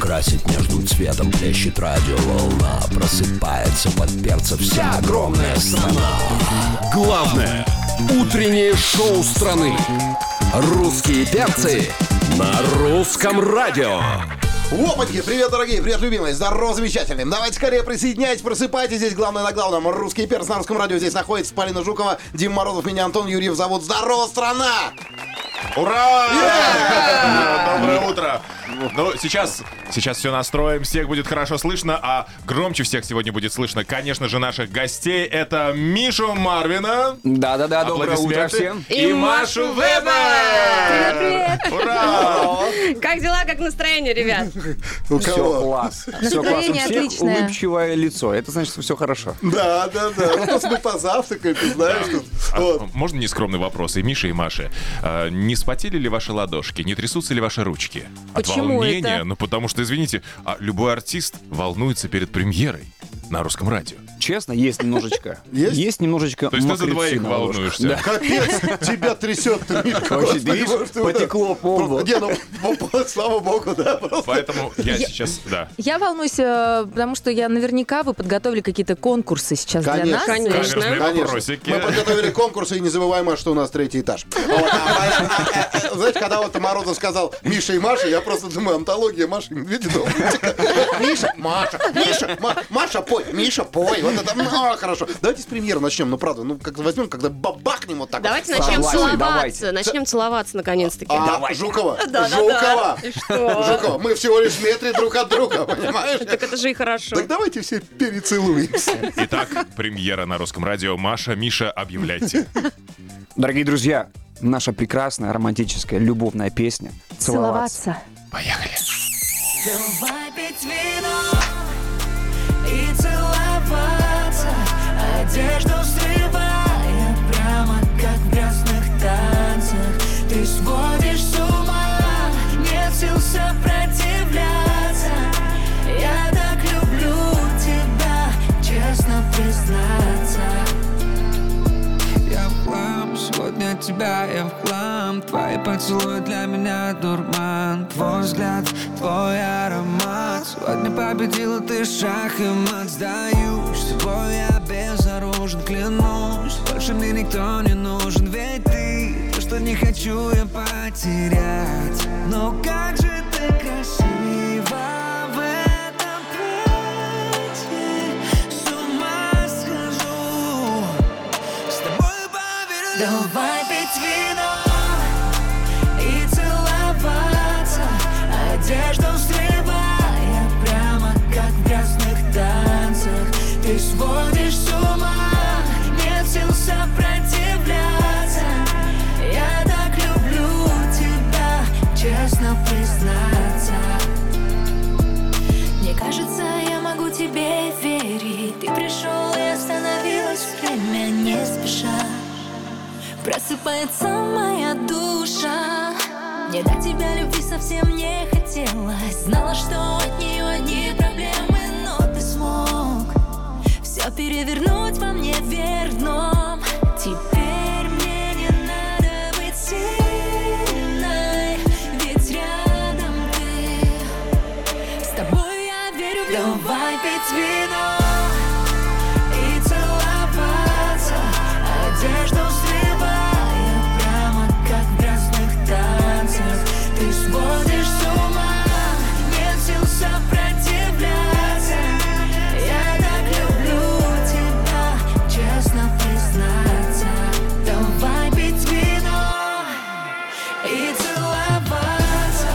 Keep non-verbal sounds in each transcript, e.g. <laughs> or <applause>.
гасит между цветом Плещет радиоволна Просыпается под перца вся огромная страна Главное утреннее шоу страны. Русские перцы на русском радио. Опаньки! Привет, дорогие! Привет, любимые! Здорово, замечательные! Давайте скорее присоединяйтесь, просыпайтесь. Здесь главное на главном. Русский перс на русском радио. Здесь находится Полина Жукова, Дим Морозов, меня Антон Юрьев зовут. Здорово, страна! Ура! Доброе утро! Ну, сейчас, сейчас все настроим, всех будет хорошо слышно, а громче всех сегодня будет слышно, конечно же, наших гостей. Это Мишу Марвина. Да-да-да, доброе утро аплодисменты, всем. И, Машу Вебер! Ура! Как дела, как настроение, ребят? Все У класс. Все класс. У Настроение всех отличное. улыбчивое лицо. Это значит, что все хорошо. Да, да, да. Ну, просто мы позавтракаем, ты знаешь. тут. А, Вот. Можно нескромный вопрос? И Миша, и Маша. а, не спотели ли ваши ладошки? Не трясутся ли ваши ручки? От Почему волнения? это? Ну, потому что, извините, а любой артист волнуется перед премьерой на русском радио. Честно, есть немножечко. Есть? немножечко То есть ты за мокрецы двоих на ложках. волнуешься? Да. Капец, тебя трясет. ты, Миш. Вообще, ты Господи, видишь, боже ты мой. потекло по лбу. Просто- Не, ну, <laughs> по- по- слава богу, да. просто. Поэтому я сейчас, да. Я волнуюсь, э, потому что я наверняка вы подготовили какие-то конкурсы сейчас для нас. Конечно. Каверзные вопросики. Мы подготовили конкурс, и не забываем, что у нас третий этаж. Вот, а, а, а, а, Знаете, когда вот Морозов сказал Миша и Маша, я просто думаю, антология Маши и Медведева. Миша, Маша, Миша, Ма- Маша, пой, Миша, пой. Вот это, ну, а, хорошо. Давайте с премьеры начнем, ну, правда, ну, как возьмем, когда бабахнем вот так вот. Давайте начнем Согласен, целоваться. давайте. Начнем целоваться, наконец-таки. А, Жукова, Жукова, И <laughs> что? Жукова, мы всего лишь в метре друг от друга, понимаешь? Так это же и хорошо. Так давайте все перецелуемся. Итак, премьера на русском радио. Маша, Миша, объявляйте. Дорогие друзья, наша прекрасная романтическая любовная песня «Целоваться». Целоваться. Поехали. Давай пить вино и целоваться Одежду срывая прямо как в грязных танцах Ты сводишь с ума, нет сил сопротивляться Я так люблю тебя, честно признаться Я в хлам, сегодня от тебя я в хлам Твои поцелуи для меня дурман Твой взгляд, твой аромат Сегодня победила ты шах и мат Сдаюсь, с тобой я безоружен, клянусь Больше мне никто не нужен, ведь ты То, что не хочу я потерять Но как же ты красива в этом платье С ума схожу с тобой поверю Давай пить вино и целоваться Одежду срывая прямо как в грязных танцах Ты сводишь с ума, нет сил сопротивляться Я так люблю тебя, честно признаться мне кажется, я могу тебе верить Ты пришел и остановилось время не спеша Просыпается моя душа Мне до тебя любви совсем не хотелось Знала, что от нее одни проблемы Но ты смог все перевернуть во мне верном Теперь мне не надо быть сильной Ведь рядом ты с тобой я верю в любовь. Давай пить вино и целоваться Одежду срывая прямо как в грязных танцах Ты сводишь с ума, нет сил сопротивляться Я так люблю тебя, честно признаться Давай пить вино и целоваться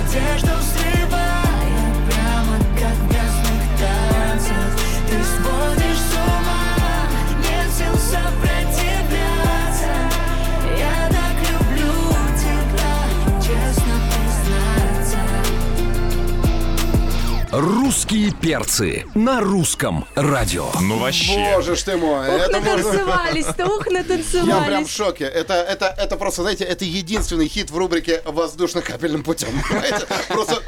Одежду срывая прямо как в грязных танцах Ты сводишь с ума, нет сил сопротивляться Я так люблю тебя, честно признаться «Русские перцы» на русском радио. Ну вообще. Боже ж ты мой. Ух, ну, это можно- натанцевались-то, ух, Я прям в натанцевались. шоке. Это, это, это просто, знаете, это единственный хит в рубрике «Воздушно-капельным путем». <laughs> Понимаете? Просто...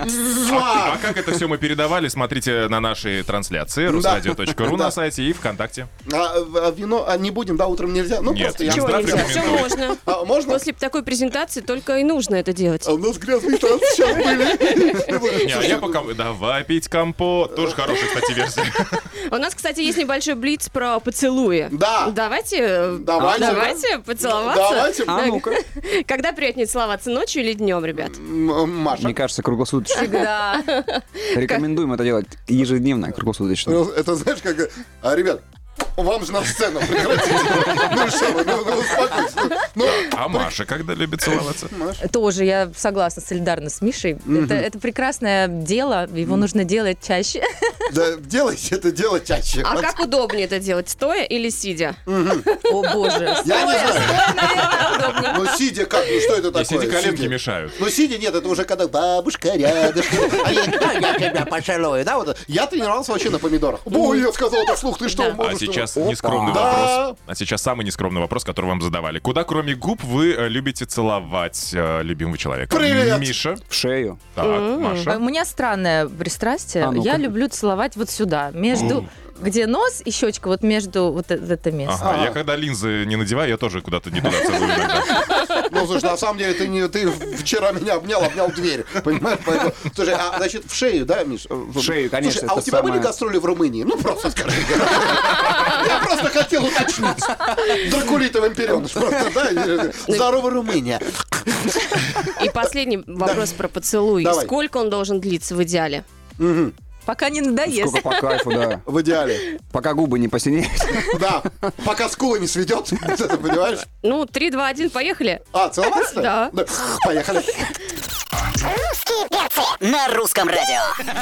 А как это все мы передавали, смотрите на наши трансляции русрадио.ру на Да. сайте и ВКонтакте. А, а вино а не будем, да, утром нельзя? Ну, Нет, просто я... Чего Минздрав нельзя? Все рекомендует. можно. <laughs> А, можно? После такой презентации только и нужно это делать. А у нас грязные танцы сейчас были. <laughs> Не, а я пока... ну, Давай пить компо. Тоже хорошая, <laughs> кстати, версия. У нас, кстати, есть небольшой блиц про поцелуи. Да. Давайте, э, Давайте. давайте поцеловаться. Давайте. А ну-ка. Когда приятнее целоваться, ночью или днем, ребят? М, м, Маша. Мне кажется, круглосуточно. Да. Рекомендуем это делать ежедневно, круглосуточно. Ну, Это знаешь, как... А, ребят, вам же на сцену прекратите. <laughs> Ну что вы, ну ну, успокойтесь. Ну, А Маша когда любит Э, целоваться? Тоже я согласна, солидарна с Мишей. Это, это прекрасное дело, его нужно делать чаще. да делайте это дело чаще. А как удобнее это делать, стоя или сидя? О боже. Я не знаю. Ну, сидя как? Ну, что это такое? Если эти коленки Сидя. мешают. Ну, сидя, нет, это уже когда бабушка рядышком. А я, да, я тебя поцелую. Да, вот. Я тренировался вообще на помидорах. Ой, я сказал это вслух, ты что, А можешь? сейчас Опа. нескромный Да. вопрос. А сейчас самый нескромный вопрос, который вам задавали. Куда, кроме губ, вы э, любите целовать э, любимого человека? Привет. Миша. В шею. Так, А Маша. У меня странное пристрастие. А ну-ка. Я люблю целовать вот сюда, между, где нос и щечка, вот между вот э- это место. Ага, я А. когда линзы не надеваю, я тоже куда-то не туда целую. иногда. Ну, слушай, на самом деле, ты, не, ты вчера меня обнял, обнял дверь. Понимаешь? Поэтому, слушай, а значит, в шею, да, Миш? Э, В шею, конечно, Слушай, а у это тебя самое- были гастроли в Румынии? Ну, просто скажи. Я просто хотел уточнить. Дракулитовым переныш. Просто, да? Здорово, Румыния. И последний вопрос про поцелуй. Давай. Сколько он должен длиться в идеале? Пока не надоест. Сколько по кайфу, да. В идеале. Пока губы не посинеют. Да. Пока скулы не сведет. <laughs> Ты понимаешь? Ну, 3, 2, 1, поехали. А, целоваться? Да. Поехали. На русском радио.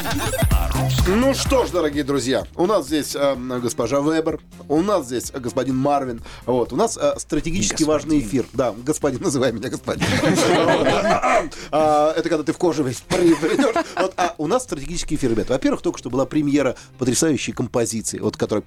Ну что ж, дорогие друзья, у нас здесь э, госпожа Вебер, у нас здесь э, господин Марвин, вот, у нас э, стратегически важный эфир. Да, господин, называй меня господин. <laughs> А, Это когда ты в коже весь при- придешь. Вот, а у нас стратегический эфир, ребят. Во-первых, только что была премьера потрясающей композиции, вот которая...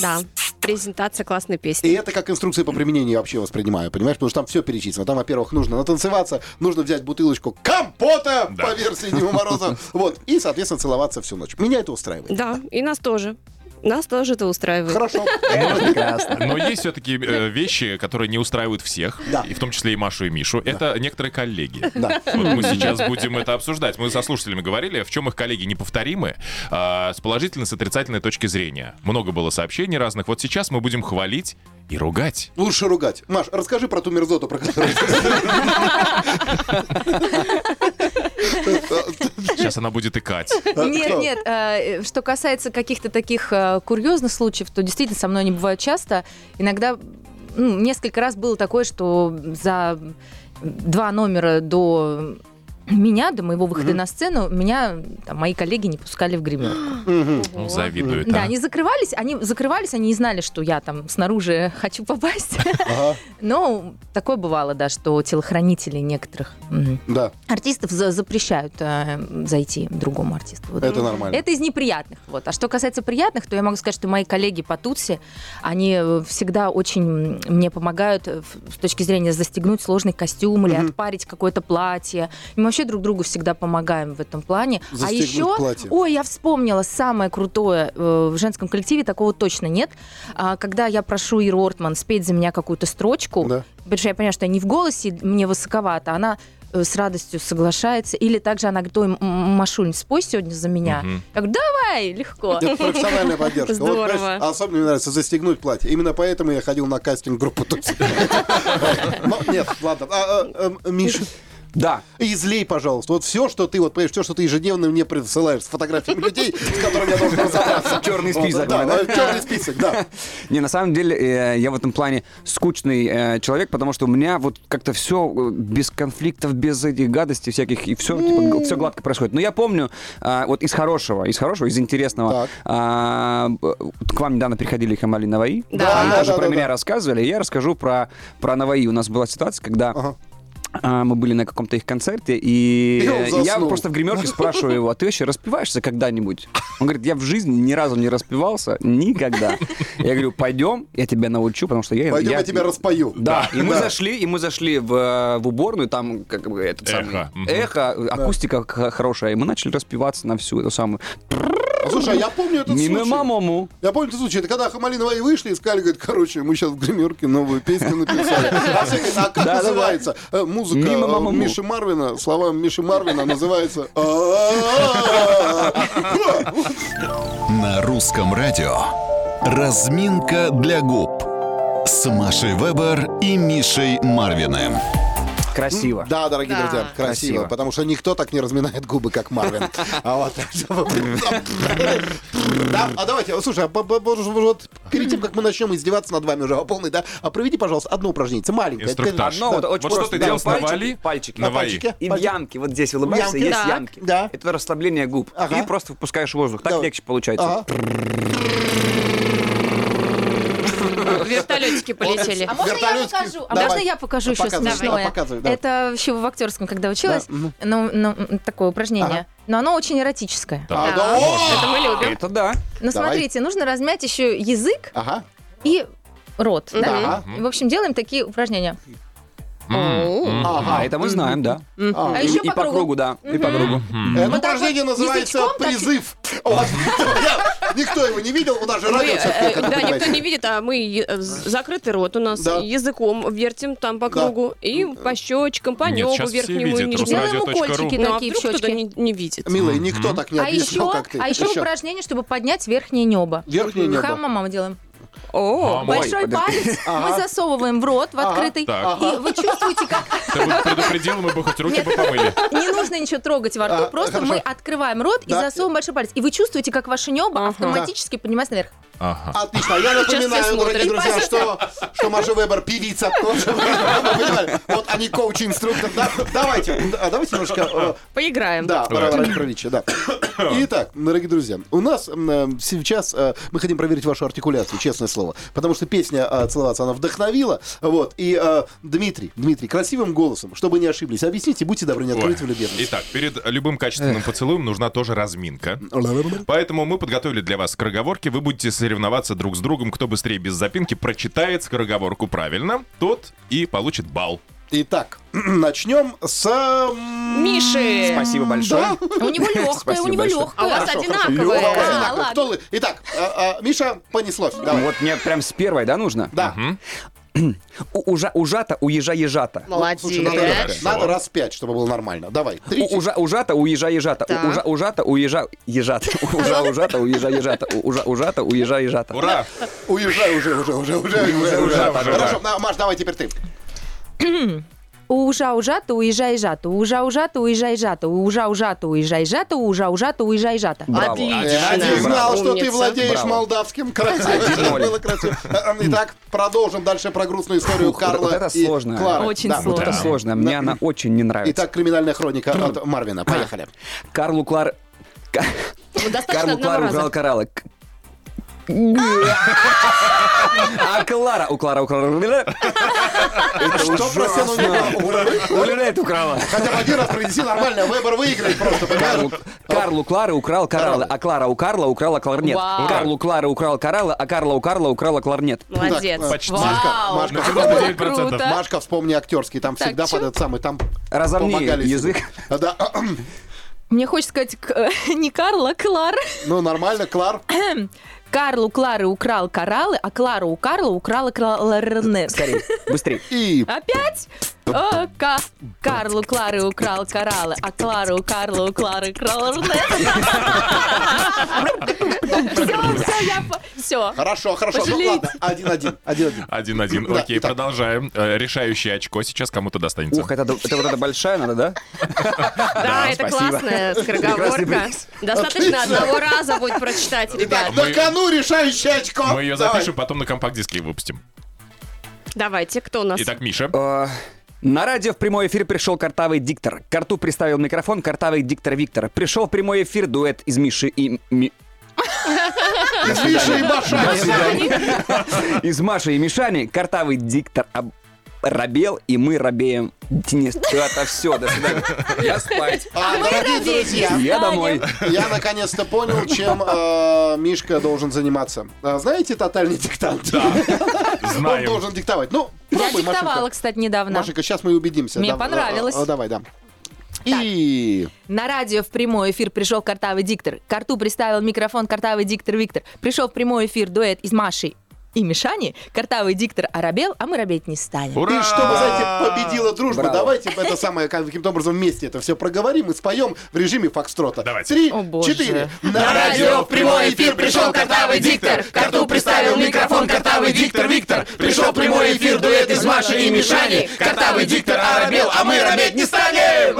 Да, презентация классной И песни. это как инструкция по применению я вообще воспринимаю, понимаешь? Потому что там все перечислено. Там, во-первых, нужно натанцеваться, нужно взять бутылочку компота Да. по версии Дима Мороза, вот, и, соответственно, целоваться всю ночь. Меня это устраивает. Да, и нас тоже. Нас тоже это устраивает. Хорошо. Прекрасно. Но есть все-таки э, вещи, которые не устраивают всех, Да. и в том числе и Машу и Мишу. Это некоторые коллеги. Да. <laughs> Вот мы сейчас будем это обсуждать. Мы со слушателями говорили, в чем их коллеги неповторимы а, с положительной, с отрицательной точки зрения. Много было сообщений разных. Вот сейчас мы будем хвалить и ругать. Лучше ругать. Маш, расскажи про ту мерзоту, про которую <laughs> Сейчас она будет икать. Нет, А Кто? нет, э, что касается каких-то таких э, курьезных случаев, то действительно со мной они бывают часто. Иногда, ну, несколько раз было такое, что за два номера до меня, до моего выхода на сцену, меня там, мои коллеги не пускали в гримерку. Ну, завидует. Да, а. они закрывались, они закрывались, они не знали, что я там снаружи <laughs> хочу попасть. <laughs> Но такое бывало, да, что телохранители некоторых м, Да, артистов за- запрещают э, зайти другому артисту. Вот. это нормально. Это из неприятных. Вот. А что касается приятных, то я могу сказать, что мои коллеги по Тутси, они э, всегда очень м, мне помогают э, в- с точки зрения застегнуть сложный костюм или отпарить какое-то платье. И мы вообще друг другу всегда помогаем в этом плане. а Застегнуть еще, платье. ой, я вспомнила самое крутое э, в женском коллективе, такого точно нет. А, когда я прошу Иру Ортман спеть за меня какую-то строчку, Да. потому что я понимаю, что я не в голосе, мне высоковато, она э, с радостью соглашается. Или также она говорит, ой, М- М- Машуль, спой сегодня за меня. Мгм. Я говорю, давай, легко. Это профессиональная поддержка. Вот, Здорово. понимаешь, особенно мне нравится застегнуть платье. Именно поэтому я ходил на кастинг группу Тутси. <laughs> Ну, Нет, ладно. А, а, эм, Миша, Да, излей, пожалуйста. Вот все, что ты, вот понимаешь, все, что ты ежедневно мне присылаешь с фотографиями людей, с которыми я должен <laughs> разобраться. Черный список, Да, да? черный список, да. <laughs> Не, на самом деле, э, я в этом плане скучный э, человек, потому что у меня вот как-то все без конфликтов, без этих гадостей всяких, и все, все гладко происходит. Но я помню, а, вот из хорошего, из хорошего, из интересного, Так. а, б- к вам недавно приходили Хамали Наваи, Да, они да, тоже да, про да, меня да. рассказывали, и я расскажу про, про Наваи. У нас была ситуация, когда... Ага. а, мы были на каком-то их концерте, и, И он э, я заснул. просто в гримерке спрашиваю его, а ты вообще распиваешься когда-нибудь? Он говорит, я в жизни ни разу не распивался, никогда. Я говорю, пойдем, я тебя научу, потому что я... Пойдем, я тебя распою. Да, и мы Да. зашли, и мы зашли в, э, в уборную, там как бы этот Эхо, самый... мгм. Эхо, акустика х- хорошая, и мы начали распиваться на всю эту самую... А, Слушай, а я помню этот Мимо случай. мамому. Я помню этот случай. Это когда Хамалинова и вышли и сказали, говорит, короче, мы сейчас в гримерке новую песню написали. А все говорят, а как Да-да-да. называется? Э, Музыка Мимо э, мамаму. Миши Марвина, слова Миши Марвина называется... «А-а-а». На русском радио «Разминка для губ» с Машей Вебер и Мишей Марвиным. Красиво. Да, дорогие Да. друзья, красиво, Красиво. потому что никто так не разминает губы, как Марвин. А вот... Да, А давайте, вот, слушай, а по- по- по- вот перед тем, как мы начнем издеваться над вами уже по полной, да, а проведи, пожалуйста, одну упражнение, маленькое. Инструктаж. Одно вот очень Вот что просто. ты Да, делал с пальчики, Навали? Пальчики. Навали. Пальчики. И в ямке, вот здесь улыбаешься, Ямки. есть Так, ямки. да. Это расслабление губ. Ага. И просто впускаешь воздух. Так Давай. легче получается. Ага. Вертолетики полетели. А можно я Вертолетики. покажу? А Давай. можно я покажу еще Показывай, смешное? да, показывай, да. Это еще в актерском, когда училась, ну, ну, м, такое упражнение. Но оно очень эротическое. А, Да, да, о! Это мы любим. Это да. Но Давай. А. смотрите, нужно размять еще язык Ага, и рот. да? да, И, В общем, делаем такие упражнения. Оу. А ага. это мы знаем, да. А, А И- еще и по кругу. да. И по кругу. Это так упражнение вот Ну, называется язычком так- призыв. <laughs> Вот. Я- Никто его не видел, у нас же Мы, радио э, все-таки, как вы да, никто понимаете. не видит, а мы э, з- закрытый рот у нас Да. языком вертим там по Да. кругу и по щечкам, по Нет, небу щас все верхнему видят, и нижнему. Руслан. Делаем Радио.ру. укольчики Ну, а такие в вдруг кто-то щечке. не, не видит? Милый, никто так не А объяснял, еще, как ты. а еще Ещё. упражнение, чтобы поднять верхнее небо. Верхнее небо. Хама мама делаем. О, Мама. Большой палец мы засовываем в рот, в открытый. Так. И вы чувствуете, как Ты бы предупредил, мы бы хоть руки бы помыли. не нужно ничего трогать во рту. А, Просто хорошо. мы открываем рот и Да. засовываем большой палец. И вы чувствуете, как ваше небо Ага. автоматически поднимается наверх. Ага. Отлично. А Я все напоминаю, дорогие смотрят. друзья, что, что Маша Вебер певица. <laughs> потому что, ну, понимали, Вот они коуч-инструктор. Да, Давайте, а давайте немножко э, Поиграем. Да, Варвара Петровича, <coughs> да. Итак, дорогие друзья, у нас м, э, сейчас э, мы хотим проверить вашу артикуляцию, честное слово. Потому что песня э, «Целоваться» она вдохновила. Вот. И э, Дмитрий, Дмитрий, красивым голосом, чтобы не ошиблись, объясните, будьте добры, не Ой. откройте влюбленность. Итак, перед любым качественным поцелуем нужна тоже разминка. Поэтому мы подготовили для вас скороговорки. Вы будете соревноваться друг с другом. Кто быстрее без запинки прочитает скороговорку правильно, тот и получит балл. Итак, <coughs> начнем с... м, Миши. Спасибо большое. У него легкое, Спасибо у него большое. А у легкое. вас одинаковые. Лёва, Да, Василенко. ладно. Кто вы? Итак, а, а, Миша, понеслось. Давай. Вот мне прям с первой, да, нужно? Да. У- Ужа, ужата, уезжа, ежата. Ну, слушай, надо, Молодец. надо раз пять, чтобы было нормально. Давай. Три, У- Ужа, ужата, уезжа, ежата. У- Так. Ужа, ужата, уезжа, ежата. Ужа, ужата, уезжа, ежата. У- Ужа, ужата, уезжа, ежата. Ура! Уезжай уже, уже, уже, уже, уже, уже. Хорошо, на, Маш, давай теперь ты. Ужа, ужата, уезжай, жата. Ужа, ужата, уезжай, жата. Ужа, ужата, уезжай, жата. Ужа, ужата, уезжай, жата. Браво. Я Отлично. не знал, что ты Умница. владеешь Браво. молдавским. Красиво. ноль. Было красиво. Э, Итак, продолжим дальше про грустную историю Фух, вот Карла это и сложно. Клары. Очень Да. сложно. Это сложно, мне она очень не нравится. Итак, криминальная хроника от Марвина. Поехали. Карлу Клар... Ка- Ну, Достаточно Карлу одного Клару раза. украл кораллы. К- А Клара, у Клара, у Клара. Что, прости, ну, не было. Улюлет украла. Хотя бы один раз принеси нормально, выбор выиграет просто, Карлу, понимаешь? Карлу Клары украл кораллы, а Клара у Карла украла кларнет. Вау. Карлу Клары украл кораллы, а Карла у Карла украла кларнет. Молодец. Так, Почти. Машка, Ну, Машка, хотя бы 9%. круто. Машка, вспомни актерский, там всегда под чё? этот самый, там Разомни помогали. язык. А, Да, Мне хочется сказать к- не Карла, Клар. ну нормально, Клар. Карлу Клары украл кораллы, а Клару у Карла украла кларнет. Скорее, быстрее. И Опять? О, Ка- Карлу Клары украл кораллы, а Клару у Карла у Клары кларнет. Все, все, я... Все. Хорошо, хорошо. Ну Пожалейте. ладно, один-один. Один-один. Один-один. Да, Окей, итак. продолжаем. Э, Решающее очко сейчас кому-то достанется. Ух, это, это вот эта большая надо, да? Да, это спасибо. <laughs> классная скороговорка. Достаточно одного раза будет прочитать, ребят. Итак, на мы- кону решающее очко. Мы ее Давай. запишем, потом на компакт-диске выпустим. Давайте, кто у нас? Итак, Миша. Э, На радио в прямой эфир пришел картавый диктор. К рту приставил микрофон картавый диктор Виктор. Пришел в прямой эфир дуэт из Миши и... Ми- Из Миши и Маша. <laughs> Из Маши и Мишани. Картавый диктор... об- рабел, и мы робеем. Денис, ты отовсюду. До свидания. Я спать. А, дорогие друзья, Я домой. я наконец-то понял, чем э, Мишка должен заниматься. А, Знаете тотальный диктант? Он Знаем. должен диктовать. Ну, Я пробуй, диктовала, Машенька. кстати, недавно. Машенька, сейчас мы убедимся. Мне Дав- понравилось. а, а, Давай, да. И... На радио в прямой эфир пришел картавый диктор. К рту приставил микрофон картавый диктор Виктор. Пришел в прямой эфир дуэт из Маши и Мишани. Картавый диктор арабел, а мы робеть не станем. Ура! И чтобы, знаете, победила дружба, Браво. давайте это самое как- каким-то образом вместе это все проговорим и споем в режиме фокстрота. Давайте. Три, О, боже. четыре. На радио в прямой эфир пришел картавый картавый диктор. К рту приставил микрофон картавый диктор Виктор. Пришел прямой эфир дуэт из Маши и Мишани. Картавый диктор арабел, а мы робеть не станем.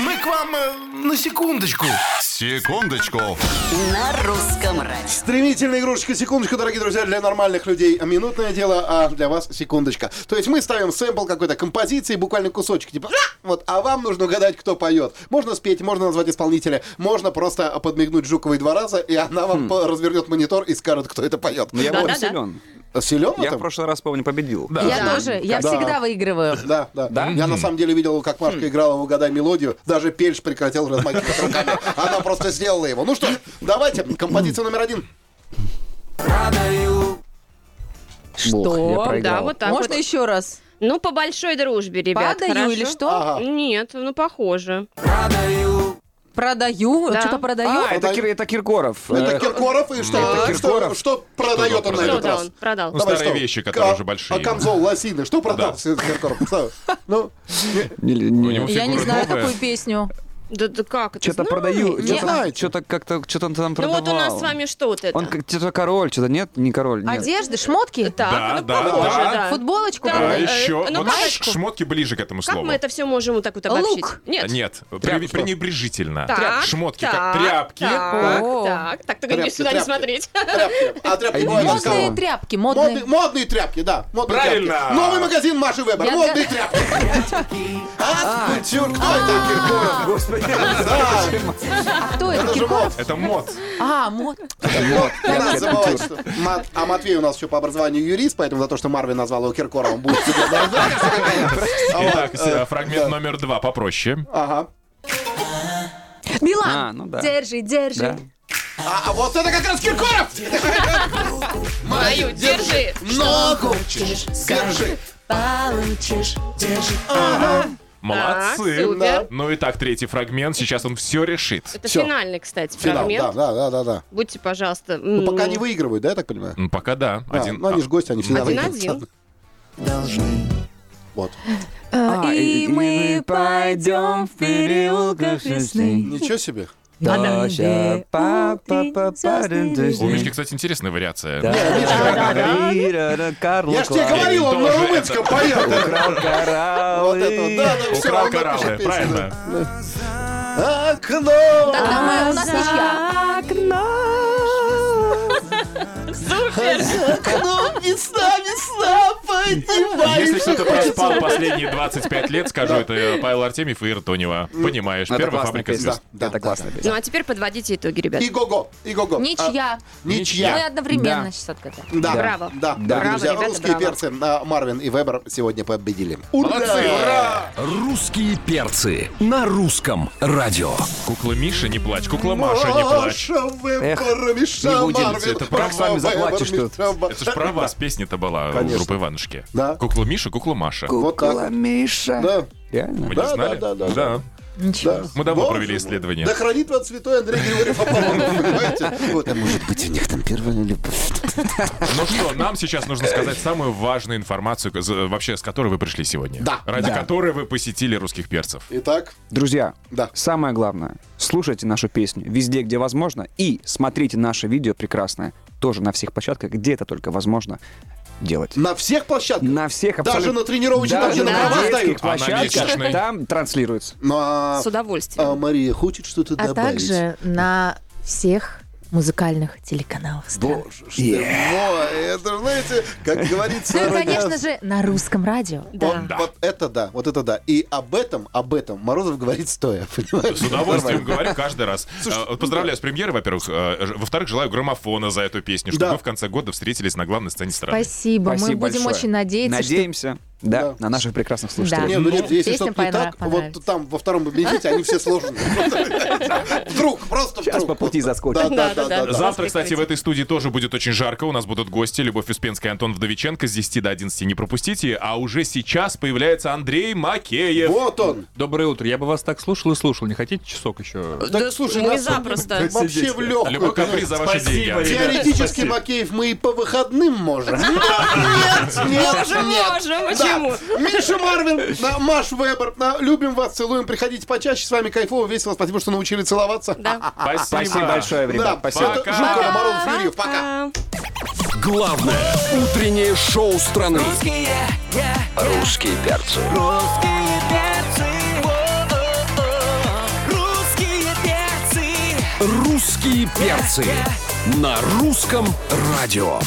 Мы к вам э, на секундочку. Секундочку. На русском радио. Стремительная игрушечка, секундочку, дорогие друзья, для нормальных людей минутное дело, а для вас секундочка. То есть мы ставим сэмпл какой-то композиции, буквально кусочек, типа «А!» вот, а вам нужно угадать, кто поет. Можно спеть, можно назвать исполнителя, можно просто подмигнуть Жуковой два раза, и она Хм. вам по- развернет монитор и скажет, кто это поет. Ну, Я был да, да. силен. Силен Я в прошлый раз, помню, победил. Я тоже, я Да. всегда выигрываю. Да, да, Я на самом деле видел, как Хм. Машка играла в «Угадай мелодию». Даже Пельш прекратил размахивать <laughs> руками. Она просто сделала его. Ну что, ж, давайте, композиция номер один. Бог, я Что? Да, проиграл. вот так Можно вот. еще раз? Ну, по большой дружбе, ребят, Падаю хорошо? или что? Ага. Нет, ну, похоже. Продаю? Да. Что-то продаю? А, это, Кир- это Киркоров. Ну, Это Э, Киркоров, и что, Это что- Киркоров. что продает он на Что этот да, раз? он продал? Ну, старые вещи, которые Ка- уже большие. А камзол, лосины, что продал Киркоров? Что? Ну, <laughs> не- Ну, У не- него Я не фигура знаю новая. такую песню. Да, да как это? Что-то знаешь? продаю, не что-то знаете. что-то как-то, что-то он там Ну, продавал. вот у нас с вами что вот это? Он как- что-то король, что-то нет, не король, нет. Одежды, шмотки? Да, Так, ну, да, похоже, да. да. Футболочку? Да, А э, еще ну, вот маечку. ш- шмотки ближе к этому Как слову. мы это все можем вот так вот обобщить? Лук. Нет. Нет, пре- пренебрежительно. Так, Шмотки, так, как тряпки. Так, О. так, так, только не Тряпки, сюда не тряпки. смотреть. <laughs> тряпки. А тряпки А бывают идите от кого? Модные Модные. тряпки, Модные, модные. модные тряпки, да. модные Правильно. тряпки. Новый магазин Маши Вебер. Я- Модные <laughs> тряпки. А, черт, кто это Киркоров? Господи, А кто это? Это же мод. Киркоров? Это мод. А, мод. Не надо забывать, что Мат- А Матвей у нас еще по образованию юрист, поэтому за то, что Марвин назвал его Киркоровым, будет себе должна. Итак, с- э, фрагмент номер два попроще. А Ага. Билан. А, ну да. Держи, держи. Да. А а вот это как раз Киркоров! Мою, держи. Ногу! Хочешь, Держи! получишь, держи. Так, Молодцы. супер. Ну и так, третий фрагмент. Сейчас он все решит. Это Всё. финальный, кстати, Финал, фрагмент. да, да, да, да, да. Будьте, пожалуйста. Ну, пока не выигрывают, да, я так понимаю? Ну, пока да. А, Один. ну, они же гости, они всегда выигрывают. Один-один. Должны. Вот. А, И мы пойдем в переулках весны. Ничего себе. Дождя, па- па- па- па- дын- У Мишки, дождей. кстати, интересная вариация. ну Рира, Карл Я ж тебе Клайн. говорил, он на Ну, Тоже румынском поет. Украл Вот это кораллы. вот, да, да, все, Украл он напишет кораллы, песню, правильно? да. Окно! Да, мы- э, у нас ничья. Окно, весна, весна, Если кто-то поднимайся. проспал последние 25 лет, скажу, это э, Павел Артемьев и Ира Тонева. Ну, Понимаешь, Это первая классная фабрика песня. звезд. Да, да, Это классная песня. Ну, а теперь подводите итоги, ребят. Иго-го, иго-го. А, Ничья. Ничья. Мы одновременно Да. сейчас отгадали. Да, Браво. Да, Да. дорогие друзья, Браво, ребята, русские браво. перцы а, Марвин и Вебер сегодня победили. Русские перцы на русском радио. Кукла Миша, не плачь. Ну, Кукла Маша, не плачь. Маша, Вебер, Эх, Миша, не будем. Марвин, Это про- Вебер, с вами заплачешь Вебер, тут. Миша, Ба- Это же про вас песня-то была у Конечно. группы Иванушки. Да. Кукла Миша, кукла Маша. Вот так. Кукла Миша. Да, Реально? Вы не Да, да, знали? да, да, Ничего. да. Мы давно Боже провели мой. исследование. Да хранит вас святой Андрей Григорьев Аполлонов, понимаете? Вот. Может быть, у них там первая любовь. Ну что, нам сейчас нужно сказать самую важную информацию, за- вообще с которой вы пришли сегодня. Да. Ради Да. которой вы посетили русских перцев. Итак, Друзья, Да. самое главное, слушайте нашу песню везде, где возможно, и смотрите наше видео прекрасное тоже на всех площадках, где это только возможно делать. на всех площадках? На всех Даже на тренировочных, даже даже на на правах детских дают. А на площадках месячной? там транслируется. Ну, а- С удовольствием. а Мария хочет что-то А добавить? также на всех музыкальных телеканалов. страны. Что? Во, это, знаете, как говорится... Ну и, радио- конечно же, на русском радио. Вот, вот это да, вот это да. И об этом, об этом Морозов говорит стоя, <laughs> понимаете? С удовольствием Нормально. говорю каждый раз. Э, ну вот Поздравляю с премьерой, во-первых. Э, ж- Во-вторых, желаю граммофона за эту песню, чтобы Да. мы в конце года встретились на главной сцене страны. Спасибо. Мы Спасибо будем большое. очень надеяться, что Надеемся, да, на наших прекрасных слушателей. Не, ну Ну, нет, если песня что-то не понрав- так, понравится. вот там во втором бенефите они все сложены. Вдруг, просто вдруг. Сейчас по пути заскочим. Да, да, да, да, да. Завтра, кстати, в этой студии тоже будет очень жарко. У нас будут гости Любовь Успенская и Антон Вдовиченко. С 10 до 11 не пропустите. А уже сейчас появляется Андрей Макеев. Вот он. Доброе утро. Я бы вас так слушал и слушал. Не хотите часок еще? Так слушай, мы нас он запросто. вообще в Любой легкую. каприз за ваши деньги. Спасибо, Андрей. ребят. Теоретически, Макеев, мы и по выходным <laughs> можем. Нет, А, нет, Можем, можем, Да. почему? Миша Марвин, на- Маш Вебер, на- любим вас, целуем, приходите почаще, с вами кайфово, весело, спасибо, что научили целоваться. Да. Спасибо А, большое, ребят. Да, Спасибо. это Жукова, Морозов, Юрьев, пока. Главное утреннее шоу страны. Русские перцы. Русские перцы. Русские перцы. Русские перцы на русском радио.